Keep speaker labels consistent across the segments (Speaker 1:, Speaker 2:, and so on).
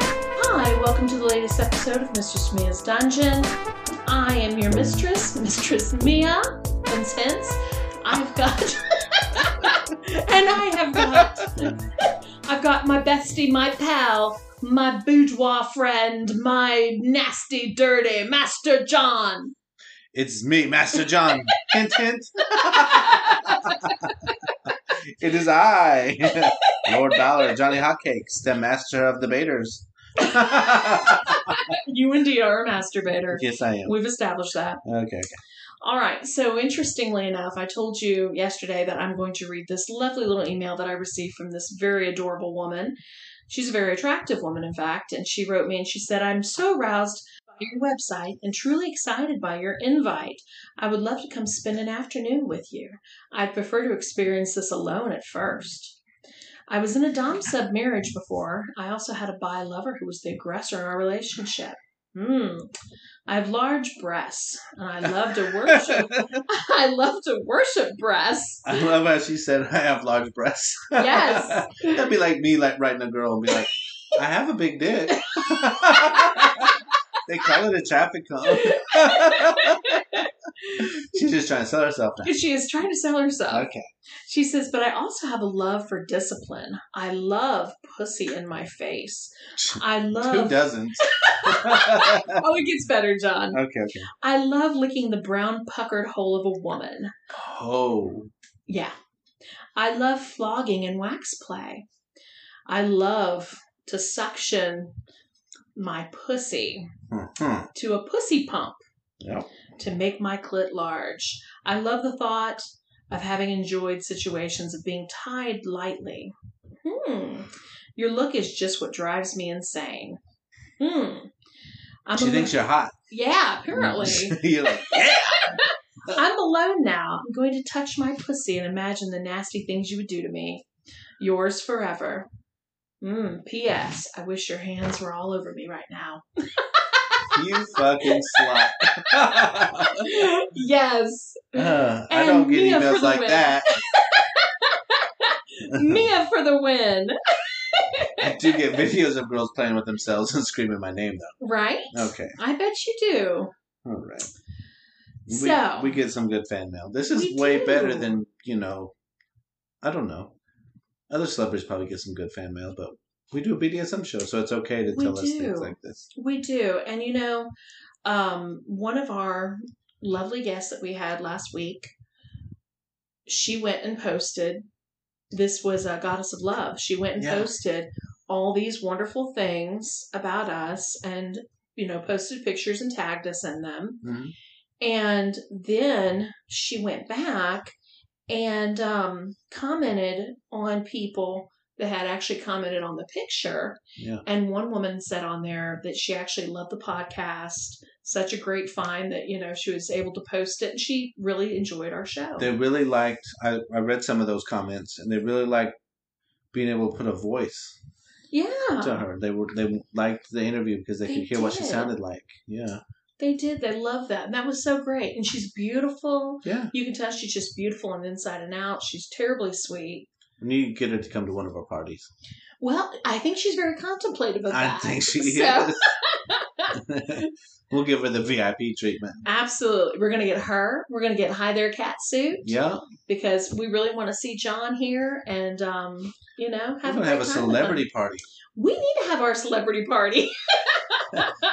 Speaker 1: Hi, welcome to the latest episode of Mistress Mia's Dungeon. I am your mistress, Mistress Mia, and since I've got and I have got I've got my bestie, my pal, my boudoir friend, my nasty dirty Master John.
Speaker 2: It's me, Master John. hint, hint. It is I, Lord Dollar, Johnny Hotcakes, the master of debaters. yes,
Speaker 1: you indeed are a masturbator.
Speaker 2: I am.
Speaker 1: We've established that.
Speaker 2: Okay.
Speaker 1: All right. So, interestingly enough, I told you yesterday that I'm going to read this lovely little email that I received from this very adorable woman. She's a very attractive woman, in fact. And she wrote me and she said, I'm so roused by your website and truly excited by your invite. I would love to come spend an afternoon with you. I'd prefer to experience this alone at first. I was in a dom sub marriage before. I also had a bi lover who was the aggressor in our relationship. Hmm. I have large breasts, and I love to worship. I love to worship breasts.
Speaker 2: I love how she said I have large breasts.
Speaker 1: Yes.
Speaker 2: That'd be like me, like writing a girl and be like, I have a big dick. they call it a traffic cone. She's just trying to sell herself now.
Speaker 1: She is trying to sell herself.
Speaker 2: Okay.
Speaker 1: She says, but I also have a love for discipline. I love pussy in my face. I
Speaker 2: Who
Speaker 1: love.
Speaker 2: doesn't?
Speaker 1: Oh, it gets better, John.
Speaker 2: okay, okay.
Speaker 1: I love licking the brown puckered hole of a woman.
Speaker 2: Oh.
Speaker 1: Yeah. I love flogging and wax play. I love to suction my pussy
Speaker 2: Mhm.
Speaker 1: to a pussy pump
Speaker 2: Yep.
Speaker 1: to make my clit large. I love the thought of having enjoyed situations of being tied lightly. Hmm. Your look is just what drives me insane. Hmm. I'm
Speaker 2: She
Speaker 1: alo-
Speaker 2: thinks you're hot.
Speaker 1: yeah, apparently.
Speaker 2: you're like,
Speaker 1: I'm alone now. I'm going to touch my pussy and imagine the nasty things you would do to me. Yours forever. Mm, P.S. I wish your hands were all over me right now.
Speaker 2: you fucking slut. Uh,
Speaker 1: yes.
Speaker 2: I don't
Speaker 1: And
Speaker 2: get
Speaker 1: Mia for
Speaker 2: emails
Speaker 1: the
Speaker 2: like
Speaker 1: win.
Speaker 2: that.
Speaker 1: Mia for the win.
Speaker 2: I do get videos of girls playing with themselves and screaming my name,
Speaker 1: Right?
Speaker 2: though. Okay.
Speaker 1: I bet you do.
Speaker 2: All right.
Speaker 1: So-
Speaker 2: we, we get some good fan mail. This is
Speaker 1: We
Speaker 2: way
Speaker 1: do.
Speaker 2: better than, you know, I don't know. Other celebrities probably get some good fan mail, but we do a BDSM show, so it's okay to
Speaker 1: We
Speaker 2: tell us things
Speaker 1: do.
Speaker 2: like this.
Speaker 1: We do. And you know, um, one of our lovely guests that we had last week, she went and posted. This was a goddess of love. She went and
Speaker 2: Yeah.
Speaker 1: posted all these wonderful things about us and, you know, posted pictures and tagged us in them.
Speaker 2: Mhm.
Speaker 1: And then she went back and um, commented on people that had actually commented on the picture.
Speaker 2: Yeah.
Speaker 1: And one woman said on there that she actually loved the podcast. Such a great find that, you know, she was able to post it and she really enjoyed our show.
Speaker 2: They really liked, I, I read some of those comments, and they really liked being able to put a voice to
Speaker 1: yeah.
Speaker 2: her. They were they liked the interview because they,
Speaker 1: They
Speaker 2: could hear what she
Speaker 1: did.
Speaker 2: sounded like. Yeah.
Speaker 1: They did. They loved that. And that was so great. And she's beautiful.
Speaker 2: Yeah.
Speaker 1: You can tell she's just beautiful on the inside and out. She's terribly sweet.
Speaker 2: We need to get her to come to one of our parties.
Speaker 1: Well, I think she's very contemplative of
Speaker 2: I
Speaker 1: that.
Speaker 2: think she
Speaker 1: So-
Speaker 2: is. we'll give her the VIP treatment.
Speaker 1: Absolutely. We're going to get her. We're going to get Hi There Catsuit
Speaker 2: Yeah.
Speaker 1: because we really want to see John here and, um, you know,
Speaker 2: We're
Speaker 1: have,
Speaker 2: gonna
Speaker 1: great time
Speaker 2: have a
Speaker 1: with him.
Speaker 2: celebrity party.
Speaker 1: We need to have our celebrity party.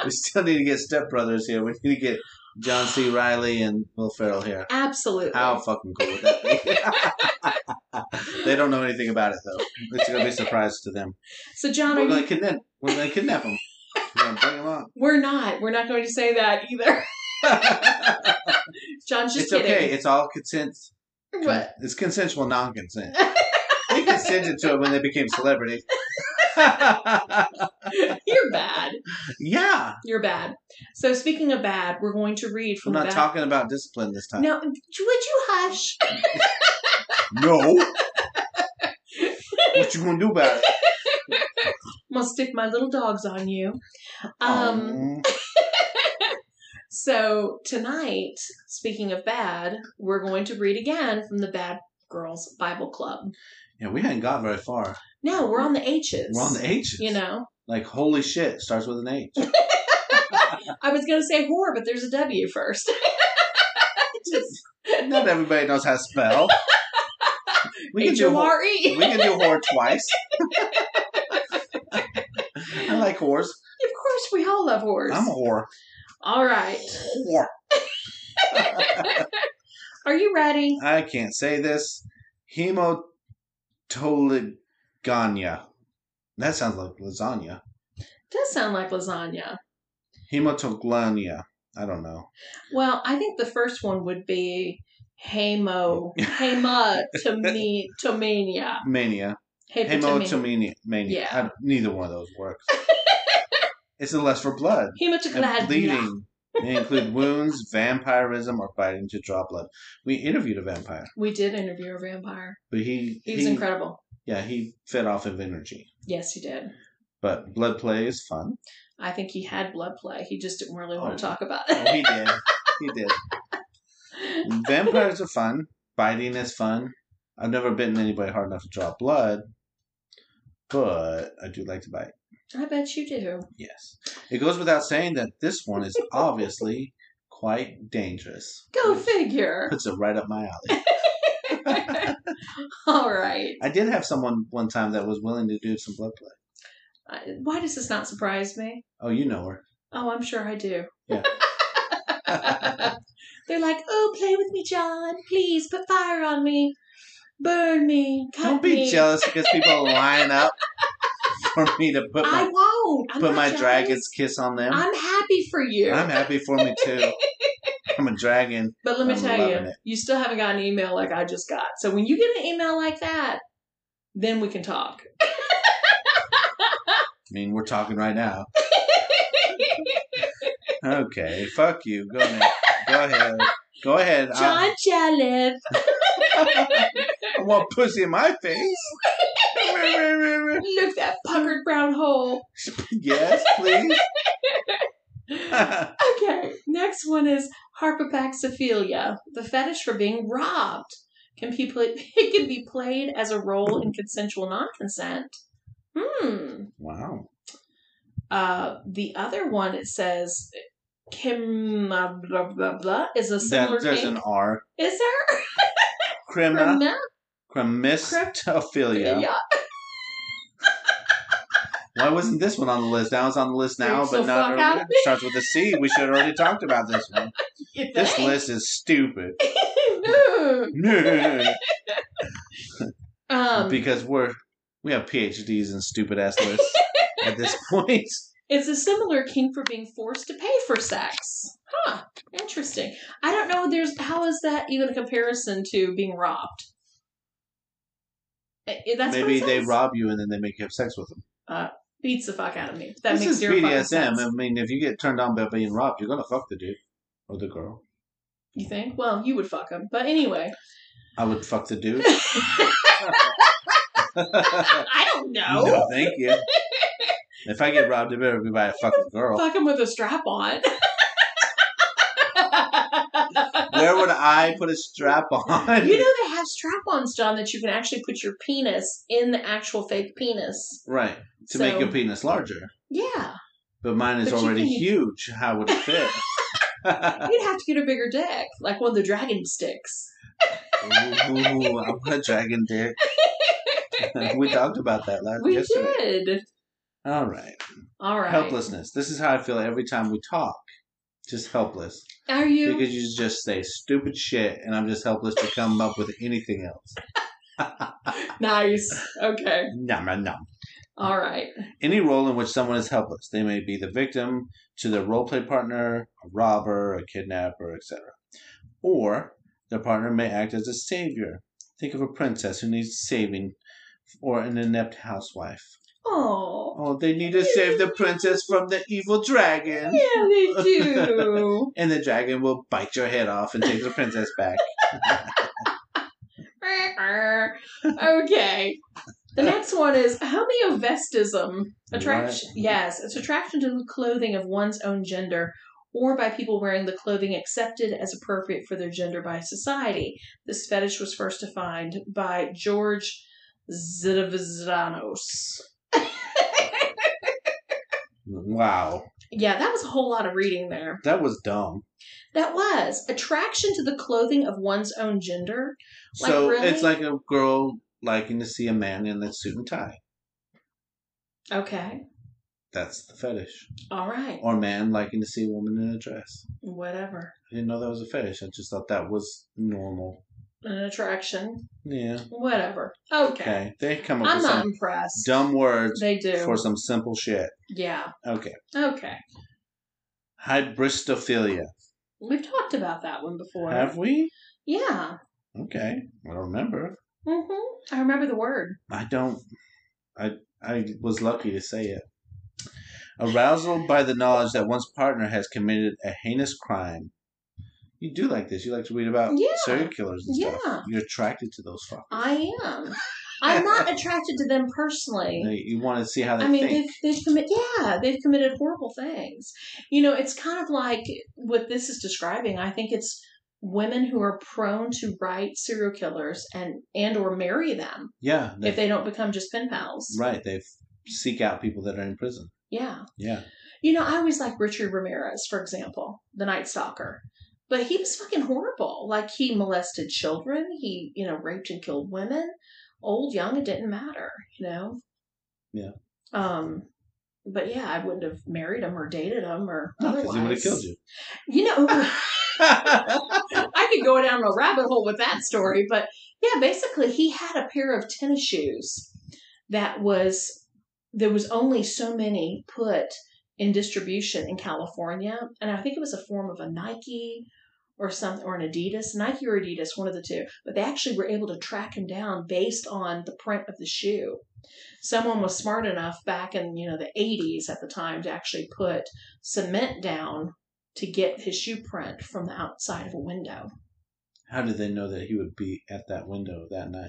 Speaker 2: We still need to get Step Brothers here. We need to get John C. Riley and Will Ferrell here.
Speaker 1: Absolutely.
Speaker 2: How fucking cool would that be? they don't know anything about it though. It's gonna be a surprise to them.
Speaker 1: So, John, are
Speaker 2: We're
Speaker 1: you-
Speaker 2: gonna kidnap. We're gonna kidnap them. We're gonna bring them up.
Speaker 1: we're not. We're not going to say that either. John's just
Speaker 2: it's
Speaker 1: kidding.
Speaker 2: okay. It's all consent.
Speaker 1: But
Speaker 2: It's consensual non-consent. they consented to it when they became celebrities.
Speaker 1: you're bad.
Speaker 2: yeah,
Speaker 1: You're bad. So, speaking of bad, we're going to read
Speaker 2: I'm
Speaker 1: from
Speaker 2: not
Speaker 1: the back.
Speaker 2: talking about discipline this time.
Speaker 1: No, would you hush?
Speaker 2: No. what you gonna do about it?
Speaker 1: Um, I'm
Speaker 2: Mm-hmm.
Speaker 1: going to stick my little dogs on you. Um, So tonight, speaking of bad, we're going to read again from the Bad Girls Bible Club.
Speaker 2: Yeah, we hadn't got very far.
Speaker 1: No, we're on the H's.
Speaker 2: We're on the H's.
Speaker 1: You know,
Speaker 2: Like, holy shit, starts with an H.
Speaker 1: I was going to say whore, but there's a W first. Just
Speaker 2: Not everybody knows how to spell. We can,
Speaker 1: H
Speaker 2: do,
Speaker 1: O
Speaker 2: whore-
Speaker 1: R
Speaker 2: we
Speaker 1: E.
Speaker 2: can do whore twice. I like whores.
Speaker 1: Of course, we all love whores.
Speaker 2: I'm a whore.
Speaker 1: all right.
Speaker 2: Whore.
Speaker 1: Are you ready?
Speaker 2: I can't say this. Hemotoligania. That sounds like lasagna.
Speaker 1: does sound like lasagna.
Speaker 2: Hemotoglania. I don't know.
Speaker 1: Well, I think the first one would be hemo, hematomania.
Speaker 2: Mania.
Speaker 1: Hematomania.
Speaker 2: Hemotomania. Mania.
Speaker 1: Yeah.
Speaker 2: I don't- neither one of those works. it's the lust for blood. and
Speaker 1: Hematomania.
Speaker 2: bleeding. They include wounds, vampirism, or biting to draw blood. We interviewed a vampire,
Speaker 1: We did interview a vampire.
Speaker 2: but he
Speaker 1: He was
Speaker 2: he-
Speaker 1: incredible.
Speaker 2: Yeah, he fed off of energy.
Speaker 1: Yes, he did.
Speaker 2: But blood play is fun.
Speaker 1: I think he had blood play. He just didn't really want
Speaker 2: Oh.
Speaker 1: to talk about
Speaker 2: Oh, he did. He did.
Speaker 1: it.
Speaker 2: Vampires are fun. Biting is fun. I've never bitten anybody hard enough to draw blood, but I do like to bite.
Speaker 1: I bet you do.
Speaker 2: Yes. It goes without saying that this one is obviously quite dangerous.
Speaker 1: Go
Speaker 2: Which
Speaker 1: figure.
Speaker 2: Puts it right up my alley.
Speaker 1: All right.
Speaker 2: I did have someone one time that was willing to do some blood play.
Speaker 1: I- Why does this not surprise me?
Speaker 2: Oh, you know her.
Speaker 1: Oh, I'm sure I do.
Speaker 2: Yeah.
Speaker 1: They're like, oh, play with me, John. Please put fire on me. Burn me. Cut
Speaker 2: Don't be
Speaker 1: me.
Speaker 2: jealous because people line up for me to put
Speaker 1: I
Speaker 2: my
Speaker 1: won't. I'm
Speaker 2: put
Speaker 1: not
Speaker 2: my
Speaker 1: jealous.
Speaker 2: dragon's kiss on them. I'm,
Speaker 1: I'm happy for you.
Speaker 2: happy for me too. I'm a dragon.
Speaker 1: but let me
Speaker 2: I'm
Speaker 1: tell
Speaker 2: loving
Speaker 1: you,
Speaker 2: it.
Speaker 1: you still haven't got an email like I just got. So when you get an email like that, then we can talk.
Speaker 2: I mean, we're talking right now. Okay, fuck you. Go ahead. Go ahead. Go ahead.
Speaker 1: John Jellif.
Speaker 2: I, I want pussy in my face.
Speaker 1: Look that puckered brown hole.
Speaker 2: yes, please.
Speaker 1: Okay, next one is harpapaxophilia, the fetish for being robbed. Can be pla- it can be played as a role in consensual non-consent. Hmm.
Speaker 2: wow.
Speaker 1: Uh, the other one it says, Kim blah blah blah, blah is a similar
Speaker 2: That, there's
Speaker 1: thing.
Speaker 2: an R.
Speaker 1: is there?
Speaker 2: Crimna.
Speaker 1: Crimna-
Speaker 2: Chromistophilia.
Speaker 1: Yeah.
Speaker 2: Why wasn't this one on the list? That was on the list now,
Speaker 1: You're so
Speaker 2: but not
Speaker 1: fuck out
Speaker 2: earlier.
Speaker 1: of
Speaker 2: It starts with a C. We should have already talked about this one.
Speaker 1: You
Speaker 2: This
Speaker 1: think?
Speaker 2: list is stupid.
Speaker 1: no. Um,
Speaker 2: because we're we have PhDs in stupid ass lists at this point.
Speaker 1: It's a similar kink for being forced to pay for sex. Huh. Interesting. I don't know. There's how is that even a comparison to being robbed? Eh, eh, That's
Speaker 2: Maybe
Speaker 1: what it
Speaker 2: they
Speaker 1: says.
Speaker 2: rob you and then they make you have sex with them.
Speaker 1: beats the fuck out of me. That
Speaker 2: this
Speaker 1: makes
Speaker 2: is
Speaker 1: zero fucking
Speaker 2: BDSM. I
Speaker 1: sense.
Speaker 2: mean, if you get turned on by being robbed, you're gonna fuck the dude or the girl.
Speaker 1: You think? Well, you would fuck him, but anyway,
Speaker 2: I would fuck the dude.
Speaker 1: I don't know.
Speaker 2: No, thank you. If I get robbed, it better be by a fucking girl.
Speaker 1: Fuck him with a strap on.
Speaker 2: Where would I put a strap on?
Speaker 1: you know they have strap-ons, John, that you can actually put your penis in the actual fake penis.
Speaker 2: Right.
Speaker 1: So-
Speaker 2: To make your penis larger.
Speaker 1: Yeah.
Speaker 2: But mine is
Speaker 1: But you
Speaker 2: already
Speaker 1: can-
Speaker 2: huge. How would it fit?
Speaker 1: You'd have to get a bigger dick, like one of the dragon sticks.
Speaker 2: Ooh, I want a dragon dick. we talked about that last
Speaker 1: We
Speaker 2: yesterday.
Speaker 1: did.
Speaker 2: All right.
Speaker 1: All right.
Speaker 2: Helplessness. This is how I feel every time we talk. Just helpless.
Speaker 1: Are you?
Speaker 2: Because you just say stupid shit and I'm just helpless to come up with anything else.
Speaker 1: Nice. Okay.
Speaker 2: Nom, nom, nom.
Speaker 1: All right.
Speaker 2: Any role in which someone is helpless. They may be the victim to their roleplay partner, a robber, a kidnapper, etc. Or their partner may act as a savior. Think of a princess who needs saving or an inept housewife.
Speaker 1: Oh.
Speaker 2: Oh, they need to save the princess from the evil dragon.
Speaker 1: Yeah, they do.
Speaker 2: And the dragon will bite your head off and take the princess back.
Speaker 1: okay. The next one is homeovestism. Attraction. Yes, it's attraction to the clothing of one's own gender or by people wearing the clothing accepted as appropriate for their gender by society. This fetish was first defined by George Zidavazanos.
Speaker 2: Wow.
Speaker 1: Yeah, that was a whole lot of reading there.
Speaker 2: That was dumb.
Speaker 1: That was attraction to the clothing of one's own gender. Like,
Speaker 2: so
Speaker 1: really?
Speaker 2: it's like a girl liking to see a man in a suit and tie.
Speaker 1: Okay.
Speaker 2: That's the fetish.
Speaker 1: All right.
Speaker 2: Or a man liking to see a woman in a dress.
Speaker 1: Whatever.
Speaker 2: I didn't know that was a fetish. I just thought that was normal.
Speaker 1: An attraction.
Speaker 2: Yeah.
Speaker 1: Whatever. Okay.
Speaker 2: Okay. They come up
Speaker 1: I'm
Speaker 2: with
Speaker 1: not
Speaker 2: some
Speaker 1: impressed.
Speaker 2: dumb words
Speaker 1: They do.
Speaker 2: for some simple shit.
Speaker 1: yeah.
Speaker 2: Okay.
Speaker 1: Okay.
Speaker 2: Hybristophilia.
Speaker 1: We've talked about that one before.
Speaker 2: Have we?
Speaker 1: yeah.
Speaker 2: Okay. I don't remember.
Speaker 1: Mm-hmm. I remember the word.
Speaker 2: I don't. I I was lucky to say it. Arousal by the knowledge that one's partner has committed a heinous crime. You do like this. You like to read about
Speaker 1: Yeah.
Speaker 2: serial killers and
Speaker 1: Yeah.
Speaker 2: stuff. You're attracted to those fuckers.
Speaker 1: I am. I'm not attracted to them personally.
Speaker 2: They- You want to see how they
Speaker 1: I mean,
Speaker 2: think.
Speaker 1: they've, they've committed, yeah, they've committed horrible things. You know, it's kind of like what this is describing. I think it's women who are prone to write serial killers and and or marry them
Speaker 2: yeah. They,
Speaker 1: if they don't become just pen pals.
Speaker 2: right. They seek out people that are in prison.
Speaker 1: Yeah.
Speaker 2: Yeah.
Speaker 1: You know, I always like Richard Ramirez, for example, the Night Stalker. But he was fucking horrible. Like he molested children, he, you know, raped and killed women, old, young, it didn't matter, you know?
Speaker 2: Yeah.
Speaker 1: Um but yeah, I wouldn't have married him or dated him or
Speaker 2: Because
Speaker 1: otherwise.
Speaker 2: he would have killed you.
Speaker 1: You know, I could go down a rabbit hole with that story, but yeah, basically he had a pair of tennis shoes that was there was only so many put in distribution in California, and I think it was a form of a Nike or something or an Adidas, Nike or Adidas, one of the two. But they actually were able to track him down based on the print of the shoe. Someone was smart enough back in you know the 80s at the time to actually put cement down to get his shoe print from the outside of a window.
Speaker 2: how did they know that he would be at that window that night?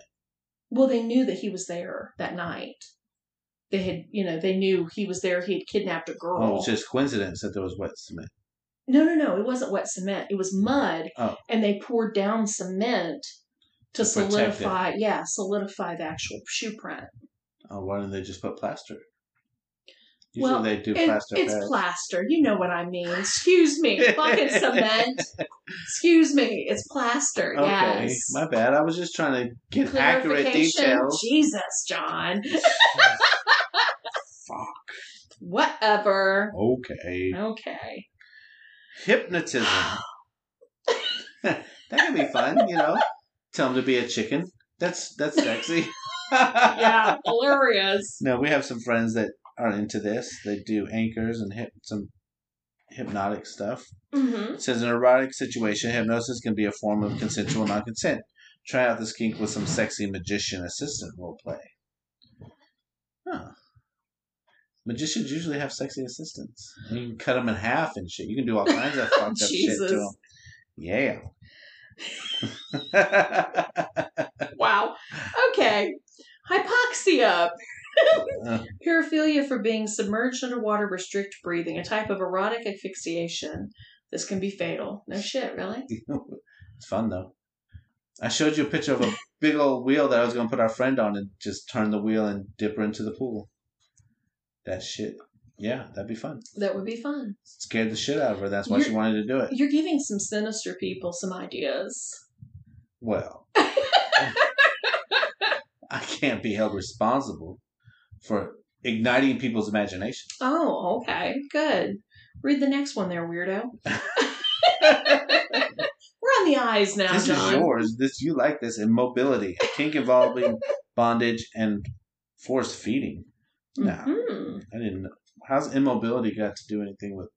Speaker 1: Well, they knew that he was there that night. They had, you know, they knew he was there. He had kidnapped a girl.
Speaker 2: Oh, it was just coincidence that there was wet cement.
Speaker 1: no, no, no. It wasn't wet cement. It was mud.
Speaker 2: Oh.
Speaker 1: And they poured down cement to,
Speaker 2: To protect it.
Speaker 1: solidify, yeah, solidify the actual shoe print.
Speaker 2: Oh, why didn't they just put plaster? Usually
Speaker 1: Well,
Speaker 2: they do
Speaker 1: It-
Speaker 2: plaster.
Speaker 1: it's
Speaker 2: pads.
Speaker 1: plaster. You know what I mean. Excuse me. Fucking cement. Excuse me. It's plaster.
Speaker 2: Okay,
Speaker 1: Yes.
Speaker 2: my bad. I was just trying to get accurate
Speaker 1: Clarification.
Speaker 2: details.
Speaker 1: Jesus, John.
Speaker 2: Fuck.
Speaker 1: Whatever.
Speaker 2: Okay.
Speaker 1: Okay.
Speaker 2: Hypnotism. that could be fun, you know. Tell them to be a chicken. That's that's sexy.
Speaker 1: Yeah, hilarious.
Speaker 2: No, we have some friends that are into this. They do anchors and hip, some hypnotic stuff.
Speaker 1: hmm
Speaker 2: It says in an erotic situation, hypnosis can be a form of consensual non-consent. Try out this kink with some sexy magician assistant roleplay. Huh. Magicians usually have sexy assistants. You can cut them in half and shit. You can do all kinds of fucked up shit to
Speaker 1: Jesus.
Speaker 2: them. Yeah.
Speaker 1: Wow. Okay. Hypoxia.
Speaker 2: Uh.
Speaker 1: Paraphilia for being submerged underwater restrict breathing, a type of erotic asphyxiation. This can be fatal. No shit, really?
Speaker 2: it's fun though. I showed you a picture of a big old wheel that I was going to put our friend on and just turn the wheel and dip her into the pool. That shit. Yeah, that'd be fun.
Speaker 1: That would be fun.
Speaker 2: scared the shit out of her. That's why she
Speaker 1: You're-
Speaker 2: wanted to do it.
Speaker 1: You're giving some sinister people some ideas.
Speaker 2: Well, I can't be held responsible for igniting people's imagination.
Speaker 1: Oh, okay. Good. Read the next one there, weirdo. We're on the eyes now,
Speaker 2: this
Speaker 1: John.
Speaker 2: is yours. This you like this immobility, a kink involving bondage and forced feeding. Nah.
Speaker 1: Mhm.
Speaker 2: I didn't. know. How's immobility got to do anything with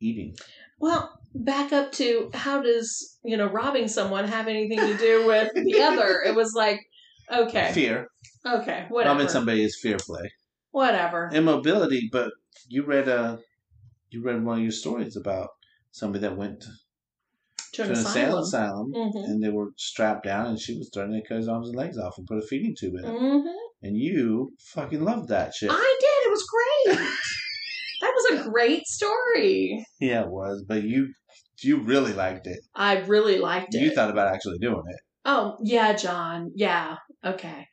Speaker 2: eating?
Speaker 1: Well, back up to how does, you know, robbing someone have anything to do with the other? It was like, okay,
Speaker 2: Fear.
Speaker 1: okay,
Speaker 2: Whatever.
Speaker 1: whatever.
Speaker 2: Robbing somebody is fear play.
Speaker 1: whatever.
Speaker 2: Immobility, but you read a, you read one of your stories about somebody that went
Speaker 1: To an
Speaker 2: to an
Speaker 1: asylum.
Speaker 2: asylum, asylum
Speaker 1: Mhm.
Speaker 2: and they were strapped down, and she was starting to cut his arms and legs off and put a feeding tube in it.
Speaker 1: Mhm.
Speaker 2: And you fucking loved that shit.
Speaker 1: I did. It was great. that was was a great story.
Speaker 2: Yeah, it was, but you you really liked it.
Speaker 1: I really liked it.
Speaker 2: You thought about actually doing it.
Speaker 1: oh, yeah, John. Yeah. Okay.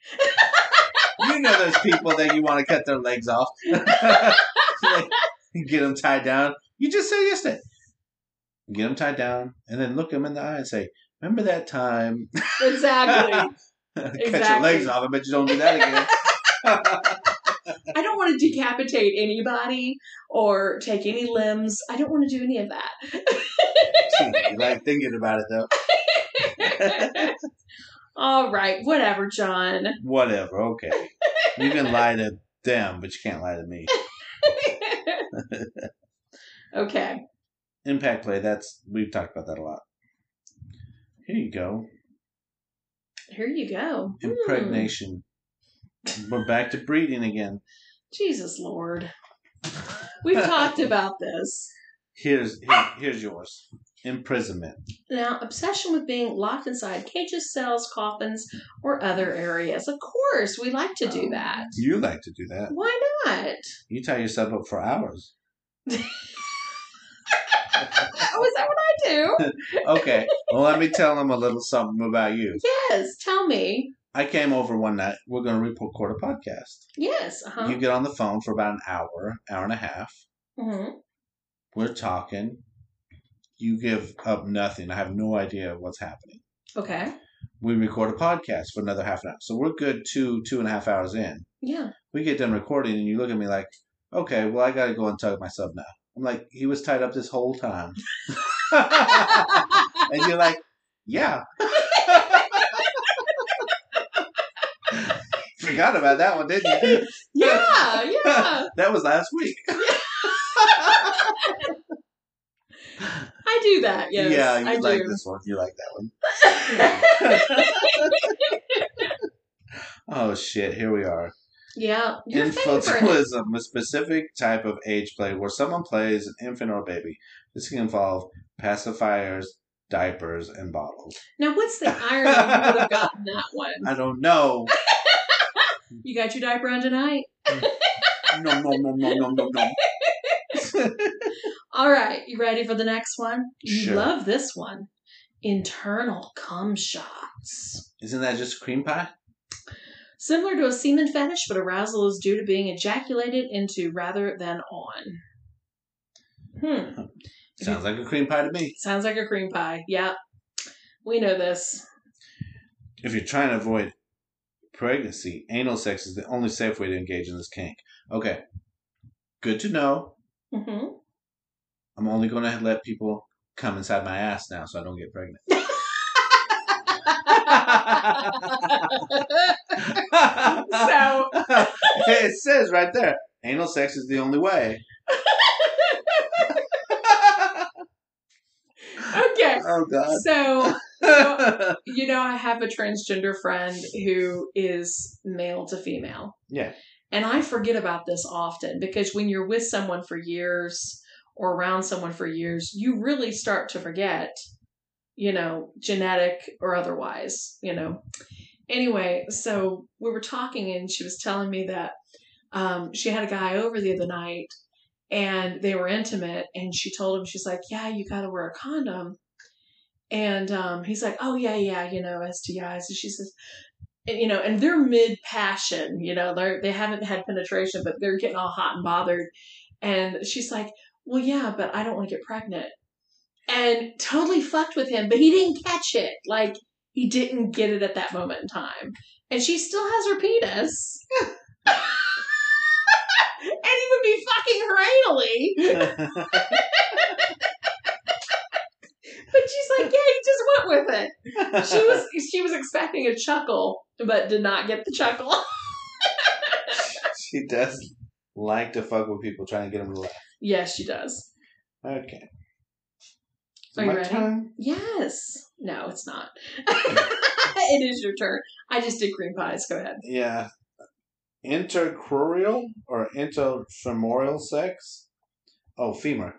Speaker 2: You know those people that you want to cut their legs off, Like, get them tied down. You just said yesterday, get them tied down, and then look them in the eye and say, "Remember that time?
Speaker 1: Exactly.
Speaker 2: Cut your
Speaker 1: Exactly.
Speaker 2: legs off. I bet you don't do that again."
Speaker 1: I don't want to decapitate anybody or take any limbs. I don't want to do any of
Speaker 2: you like thinking about it though.
Speaker 1: that. All right. Whatever, John.
Speaker 2: Whatever. Okay. You can lie to them, but you can't lie to me.
Speaker 1: Okay.
Speaker 2: Impact play. That's we've talked about that a lot. Here you go.
Speaker 1: Here you go. Hmm.
Speaker 2: Impregnation. We're back to breeding again.
Speaker 1: Hmm, Jesus Lord. We've talked about this.
Speaker 2: Here's here, here's yours. Imprisonment.
Speaker 1: Now, obsession with being locked inside cages, cells, coffins, or other areas. Of course, we like to do that.
Speaker 2: You like to do that.
Speaker 1: Why not?
Speaker 2: You tie yourself up for hours.
Speaker 1: Oh, is that what I do?
Speaker 2: Okay. Well, let me tell them a little something about you.
Speaker 1: Yes, tell me.
Speaker 2: I came over one night. We're going to record a podcast.
Speaker 1: Yes, uh huh.
Speaker 2: You get on the phone for about an hour, hour and a half.
Speaker 1: hmm
Speaker 2: We're talking. You give up nothing. I have no idea what's happening.
Speaker 1: Okay.
Speaker 2: We record a podcast for another half an hour. So we're good two, two and a half hours in.
Speaker 1: Yeah.
Speaker 2: We get done recording, and you look at me like, okay, well, I got to go and tug myself now. I'm like, he was tied up this whole time. and you're like, yeah. Forgot about that one, didn't you?
Speaker 1: yeah, yeah.
Speaker 2: That was last week.
Speaker 1: I do that. Yes,
Speaker 2: yeah, you
Speaker 1: I
Speaker 2: like
Speaker 1: do.
Speaker 2: this one. You like that one. Oh shit, here we are.
Speaker 1: yeah, your favorite.
Speaker 2: Infantilism, a specific type of age play where someone plays an infant or baby. This can involve pacifiers, diapers, and bottles.
Speaker 1: Now, what's the irony? You would have gotten that one.
Speaker 2: I don't know.
Speaker 1: You got your diaper on tonight.
Speaker 2: No, no, no, no, no, no, no.
Speaker 1: All right, you ready for the next one? You
Speaker 2: Sure.
Speaker 1: love this one. Internal cum shots.
Speaker 2: Isn't that just cream pie?
Speaker 1: Similar to a semen fetish, but arousal is due to being ejaculated into rather than on. Hmm.
Speaker 2: Sounds like a cream pie to me.
Speaker 1: Sounds like a cream pie. Yeah. We know this.
Speaker 2: If you're trying to avoid pregnancy, anal sex is the only safe way to engage in this kink. Okay. Good to know.
Speaker 1: hmm
Speaker 2: I'm only going to let people come inside my ass now so I don't get pregnant.
Speaker 1: So,
Speaker 2: it says right there anal sex is the only way.
Speaker 1: okay.
Speaker 2: oh, God.
Speaker 1: So, so, you know, I have a transgender friend who is male to female.
Speaker 2: yeah.
Speaker 1: And I forget about this often because when you're with someone for years or around someone for years, you really start to forget, you know, genetic or otherwise, you know. Anyway, so we were talking and she was telling me that um, she had a guy over the other night and they were intimate and she told him, she's like, yeah, you got to wear a condom. And um, he's like, oh, yeah, yeah, you know, STIs. And she says, and, you know, and they're mid passion, you know, they're, they haven't had penetration, but they're getting all hot and bothered. And she's like, well, yeah, but I don't want to get pregnant. And totally fucked with him, but he didn't catch it. Like, he didn't get it at that moment in time. And she still has her penis. and he would be fucking her anally. But she's like, yeah, he just went with it. She was she was expecting a chuckle, but did not get the chuckle.
Speaker 2: she does like to fuck with people trying to get them to laugh.
Speaker 1: Yes, she does.
Speaker 2: Okay. Is
Speaker 1: Are
Speaker 2: it
Speaker 1: you
Speaker 2: my
Speaker 1: ready?
Speaker 2: turn?
Speaker 1: Yes. No, it's not. it is your turn. I just did cream pies. Go ahead.
Speaker 2: Yeah. Intercrural or interfemoral sex? Oh, femur.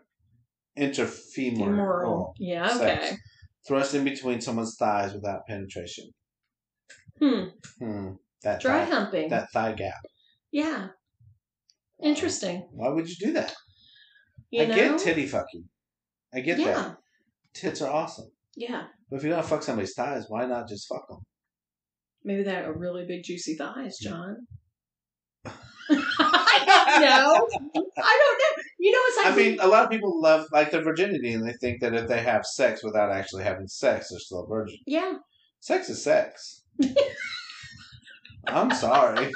Speaker 2: Interfemoral.
Speaker 1: Moral. Yeah,
Speaker 2: Oh, sex.
Speaker 1: okay.
Speaker 2: Thrust in between someone's thighs without penetration.
Speaker 1: Hmm.
Speaker 2: Hmm. That
Speaker 1: Dry
Speaker 2: thigh,
Speaker 1: humping.
Speaker 2: that thigh gap.
Speaker 1: yeah. Interesting.
Speaker 2: Why would you do that?
Speaker 1: You
Speaker 2: I
Speaker 1: know?
Speaker 2: get titty fucking. I get
Speaker 1: yeah.
Speaker 2: that. Tits are awesome.
Speaker 1: Yeah.
Speaker 2: But if you're gonna fuck somebody's thighs, why not just fuck them?
Speaker 1: Maybe they are really big juicy thighs, John. I don't know. I don't know. You know, it's like
Speaker 2: I mean, a lot of people love like their virginity, and they think that if they have sex without actually having sex, they're still a virgin.
Speaker 1: yeah.
Speaker 2: Sex is sex. I'm sorry.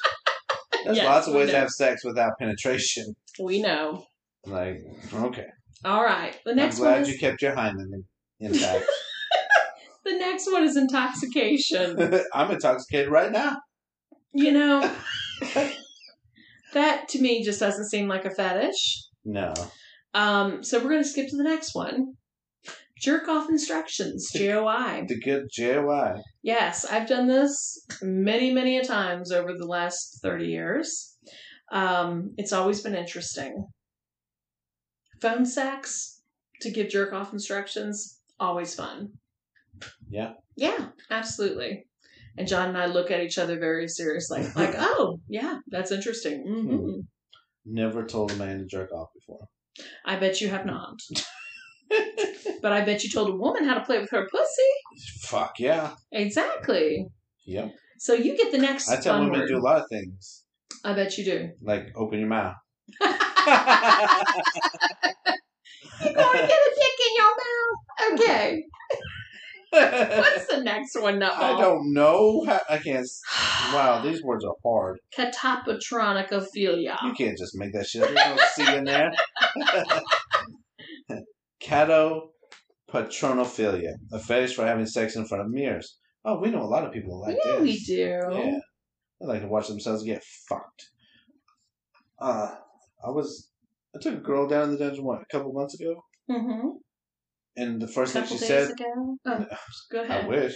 Speaker 2: There's
Speaker 1: Yes,
Speaker 2: lots of
Speaker 1: we
Speaker 2: ways to
Speaker 1: know.
Speaker 2: have sex without penetration.
Speaker 1: We know.
Speaker 2: Like, okay.
Speaker 1: All right. The next
Speaker 2: I'm glad
Speaker 1: one is
Speaker 2: you kept your hymen in- intact.
Speaker 1: the next one is intoxication.
Speaker 2: I'm intoxicated right now.
Speaker 1: you know, that to me just doesn't seem like a fetish.
Speaker 2: No.
Speaker 1: Um, so we're gonna skip to the next one. Jerk off instructions, JOI.
Speaker 2: The good JY.
Speaker 1: Yes, I've done this many, many a times over the last 30 years. Um, it's always been interesting. Phone sex to give jerk off instructions, always fun.
Speaker 2: Yeah.
Speaker 1: Yeah, absolutely. And John and I look at each other very seriously, like, oh, yeah, that's interesting. hmm
Speaker 2: Never told a man to jerk off before.
Speaker 1: I bet you have not. but I bet you told a woman how to play with her pussy.
Speaker 2: Fuck yeah.
Speaker 1: Exactly.
Speaker 2: Yep.
Speaker 1: So you get the next
Speaker 2: I tell
Speaker 1: fun
Speaker 2: women to
Speaker 1: word.
Speaker 2: do a lot of things.
Speaker 1: I bet you do.
Speaker 2: Like open your mouth.
Speaker 1: You're going to get a dick in your mouth. Okay.
Speaker 2: I
Speaker 1: What's the next one, Nutball?
Speaker 2: don't know. How, I can't. s- Wow, these words are hard.
Speaker 1: Catapatronicophilia.
Speaker 2: You can't just make that shit up. There's no C in there. Cato patronophilia, a fetish for having sex in front of mirrors. Oh, we know a lot of people like
Speaker 1: yeah,
Speaker 2: this.
Speaker 1: we do.
Speaker 2: Yeah. They like to watch themselves get fucked. Uh, I was. I took a girl down in the dungeon what, a couple months ago,
Speaker 1: Mm-hmm.
Speaker 2: and the first thing
Speaker 1: couple
Speaker 2: she
Speaker 1: days
Speaker 2: said,
Speaker 1: ago. Oh, go
Speaker 2: I
Speaker 1: ahead.
Speaker 2: wish.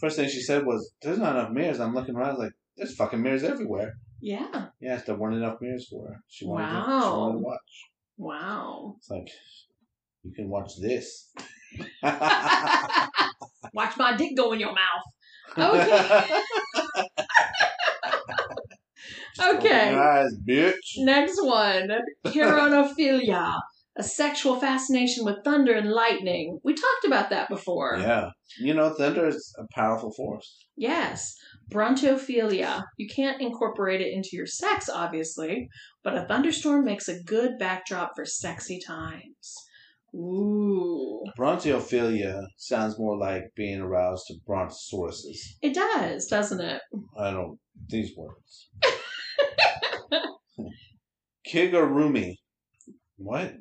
Speaker 2: First thing she said was, "There's not enough mirrors." I'm looking around, like, "There's fucking mirrors everywhere."
Speaker 1: Yeah.
Speaker 2: Yes, there weren't enough mirrors for her. She wanted, to, she
Speaker 1: Wow.
Speaker 2: wanted to watch.
Speaker 1: Wow.
Speaker 2: It's like, you can watch this.
Speaker 1: Watch my dick go in your mouth. Okay. Okay.
Speaker 2: Open your eyes, bitch.
Speaker 1: Next one. Chironophilia. A sexual fascination with thunder and lightning. We talked about that before.
Speaker 2: Yeah, you know, thunder is a powerful force.
Speaker 1: Yes. Brontophilia. You can't incorporate it into your sex, obviously, but a thunderstorm makes a good backdrop for sexy times. Ooh.
Speaker 2: Bronchiophilia sounds more like being aroused to brontosauruses.
Speaker 1: It does, doesn't it?
Speaker 2: I don't these words. Kigurumi. What?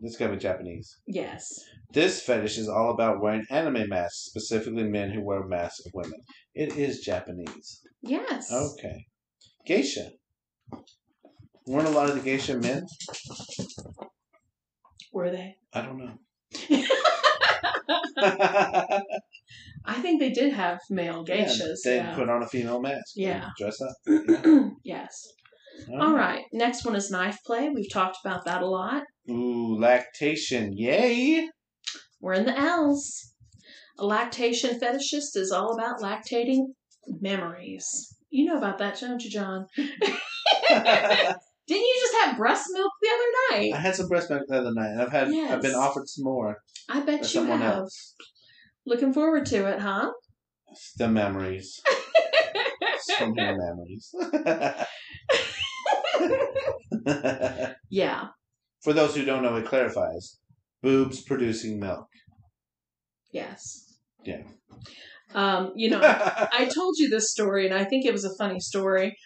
Speaker 2: This gotta be Japanese.
Speaker 1: Yes.
Speaker 2: This fetish is all about wearing anime masks, specifically men who wear masks of women. It is Japanese.
Speaker 1: Yes.
Speaker 2: Okay. Geisha. Weren't a lot of the geisha men?
Speaker 1: Were they?
Speaker 2: I don't know.
Speaker 1: I think they did have male geishas.
Speaker 2: They
Speaker 1: Yeah.
Speaker 2: put on a female mask. and
Speaker 1: Yeah.
Speaker 2: Dress up.
Speaker 1: yes. All
Speaker 2: Alright.
Speaker 1: right. Next one is knife play. We've talked about that a lot.
Speaker 2: Ooh, lactation. Yay.
Speaker 1: We're in the L's. A lactation fetishist is all about lactating memories. You know about that, don't you, John? Didn't you just have breast milk the other
Speaker 2: I
Speaker 1: night?
Speaker 2: had some breast milk the other night. and I've had I've been
Speaker 1: Yes.
Speaker 2: offered some more.
Speaker 1: I
Speaker 2: Or
Speaker 1: bet you
Speaker 2: someone
Speaker 1: have. Looking forward to it, huh?
Speaker 2: It's the memories. so many memories.
Speaker 1: Yeah.
Speaker 2: For those who don't know, it clarifies. Boobs producing milk.
Speaker 1: Yes.
Speaker 2: Yeah.
Speaker 1: Um, you know,
Speaker 2: yeah.
Speaker 1: I told you this story, and I think it was a funny story.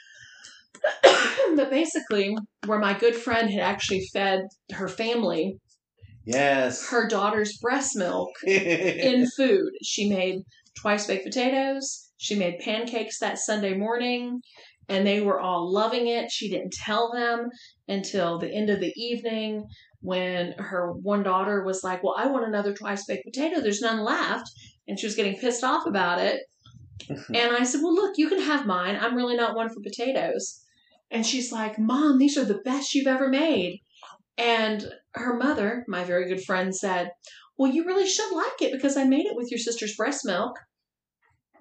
Speaker 1: but basically, where my good friend had actually fed her family
Speaker 2: Yes.
Speaker 1: her daughter's breast milk in food. She made twice baked potatoes. She made pancakes that Sunday morning, and they were all loving it. She didn't tell them until the end of the evening when her one daughter was like, Well, I want another twice baked potato. There's none left. And she was getting pissed off about it. And I said, Well, look, you can have mine. I'm really not one for potatoes. And she's like, Mom, these are the best you've ever made. And her mother, my very good friend, said, Well, you really should like it because I made it with your sister's breast milk.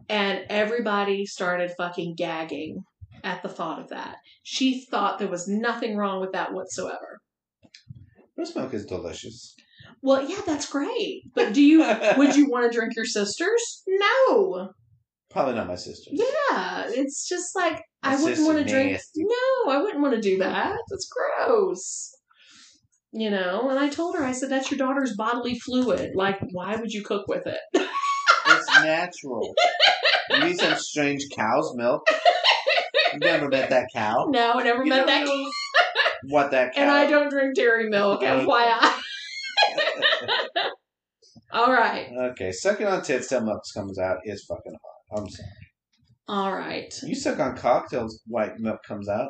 Speaker 1: And everybody started fucking gagging at the thought of that. She thought there was nothing wrong with that whatsoever.
Speaker 2: Breast milk is delicious.
Speaker 1: Well, yeah, that's great. But do you would you want to drink your sister's? No.
Speaker 2: Probably not my sister.
Speaker 1: Yeah, it's just like
Speaker 2: My
Speaker 1: I wouldn't
Speaker 2: sister
Speaker 1: want to drink.
Speaker 2: nasty.
Speaker 1: No, I wouldn't want to do that. That's gross. You know, and I told her, I said, that's your daughter's bodily fluid. Like, why would you cook with it?
Speaker 2: It's natural. You need some strange cow's milk. You never met that cow.
Speaker 1: No, I never
Speaker 2: You
Speaker 1: met
Speaker 2: never
Speaker 1: that.
Speaker 2: know What that cow?
Speaker 1: And I don't drink dairy milk, FYI. All right.
Speaker 2: Okay, sucking on tits till milk comes out is fucking hot. I'm sorry.
Speaker 1: All right.
Speaker 2: You suck on cocktails, white milk comes out.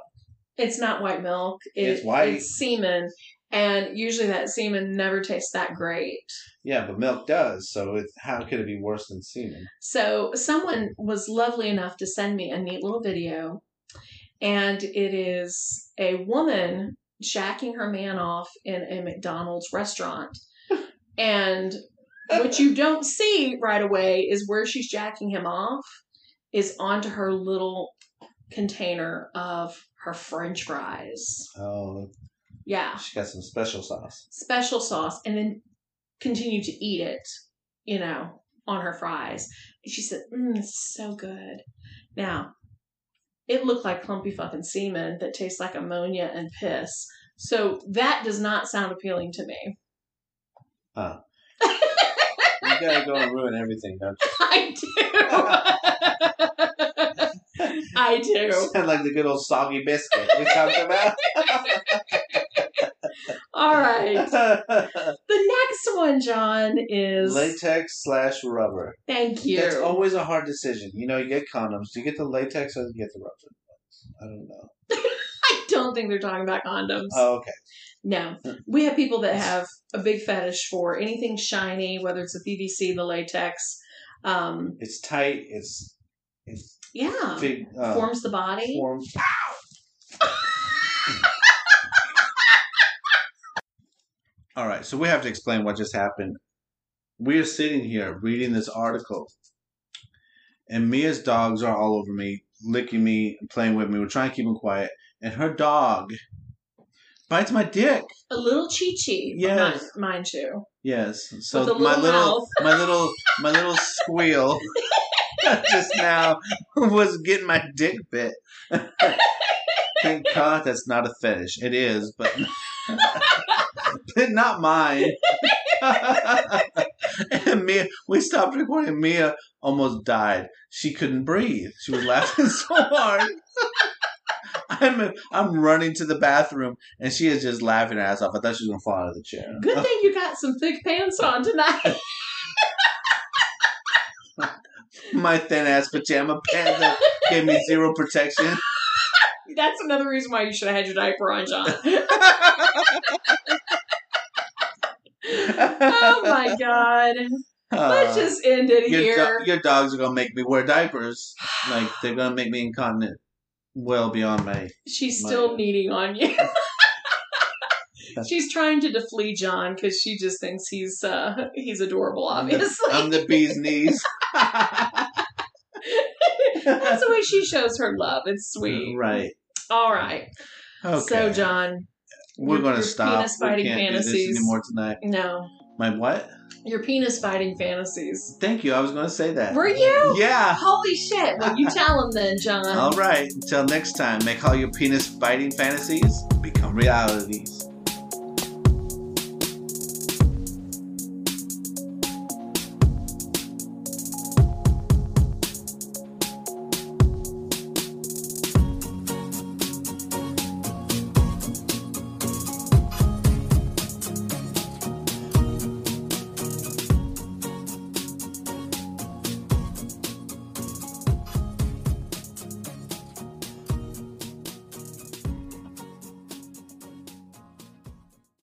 Speaker 1: It's not white milk. It-
Speaker 2: It's white.
Speaker 1: It's semen. And usually that semen never tastes that great.
Speaker 2: Yeah, but milk does. So it, how could it be worse than semen?
Speaker 1: So someone was lovely enough to send me a neat little video, and it is a woman shacking her man off in a McDonald's restaurant. And what you don't see right away is where she's jacking him off is onto her little container of her french fries.
Speaker 2: Oh,
Speaker 1: Yeah.
Speaker 2: she got some special sauce.
Speaker 1: Special sauce and then continue to eat it, you know, on her fries. And she said, mm, it's so good. Now, it looked like clumpy fucking semen that tastes like ammonia and piss. So that does not sound appealing to me.
Speaker 2: You gotta go and ruin everything, don't
Speaker 1: I do. I do.
Speaker 2: you? Sound like the good old soggy biscuit we talked about.
Speaker 1: All right. The next one, John, is.
Speaker 2: latex slash rubber.
Speaker 1: Thank you.
Speaker 2: That's always a hard decision. You know, you get condoms. Do you get the latex or do you get the rubber? I don't know.
Speaker 1: I don't think they're talking about condoms.
Speaker 2: Oh, okay.
Speaker 1: No,
Speaker 2: Mm.
Speaker 1: we have people that have a big fetish for anything shiny, whether it's the PVC, the latex. Um,
Speaker 2: It's tight. It's it's
Speaker 1: yeah,
Speaker 2: big. Uh,
Speaker 1: forms the body.
Speaker 2: form. All right, so we have to explain what just happened. We are sitting here reading this article, and Mia's dogs are all over me, licking me, playing with me. We're trying to keep them quiet, and her dog bites my dick.
Speaker 1: A little chi chi,
Speaker 2: Yes.
Speaker 1: mine, mine too.
Speaker 2: Yes. So
Speaker 1: With a
Speaker 2: my
Speaker 1: little
Speaker 2: little
Speaker 1: mouth.
Speaker 2: my little my little squeal just now was getting my dick bit. Thank God that's not a fetish. It is, but but not mine. and Mia, we stopped recording. Mia almost died. She couldn't breathe. She was laughing so hard. I'm I'm running to the bathroom, and she is just laughing her ass off. I thought she was gonna fall out of the chair.
Speaker 1: Good thing you got some thick pants on tonight.
Speaker 2: My thin ass pajama pants that gave me zero protection.
Speaker 1: That's another reason why you should have had your diaper on, John. oh my god!
Speaker 2: Uh,
Speaker 1: Let's just end it
Speaker 2: your,
Speaker 1: here.
Speaker 2: do- your dogs are gonna make me wear diapers. Like they're gonna make me incontinent. Well beyond my
Speaker 1: She's
Speaker 2: My-
Speaker 1: still kneading on you. She's trying to deflee John because she just thinks he's uh, he's adorable.
Speaker 2: I'm the-
Speaker 1: Obviously,
Speaker 2: I'm the bee's knees.
Speaker 1: That's the way she shows her love. It's sweet.
Speaker 2: right.
Speaker 1: All right.
Speaker 2: Okay.
Speaker 1: So, John,
Speaker 2: We're
Speaker 1: your-
Speaker 2: gonna
Speaker 1: your
Speaker 2: stop.
Speaker 1: penis
Speaker 2: we
Speaker 1: fighting
Speaker 2: can't do
Speaker 1: fantasies.
Speaker 2: this anymore tonight.
Speaker 1: no,
Speaker 2: My what?
Speaker 1: your penis fighting fantasies.
Speaker 2: Thank you. I was gonna say that.
Speaker 1: Were you? Uh-huh.
Speaker 2: Yeah.
Speaker 1: Holy shit. Well, you tell him then, John.
Speaker 2: Oh, All right. Until next time, make all your penis biting fantasies become realities.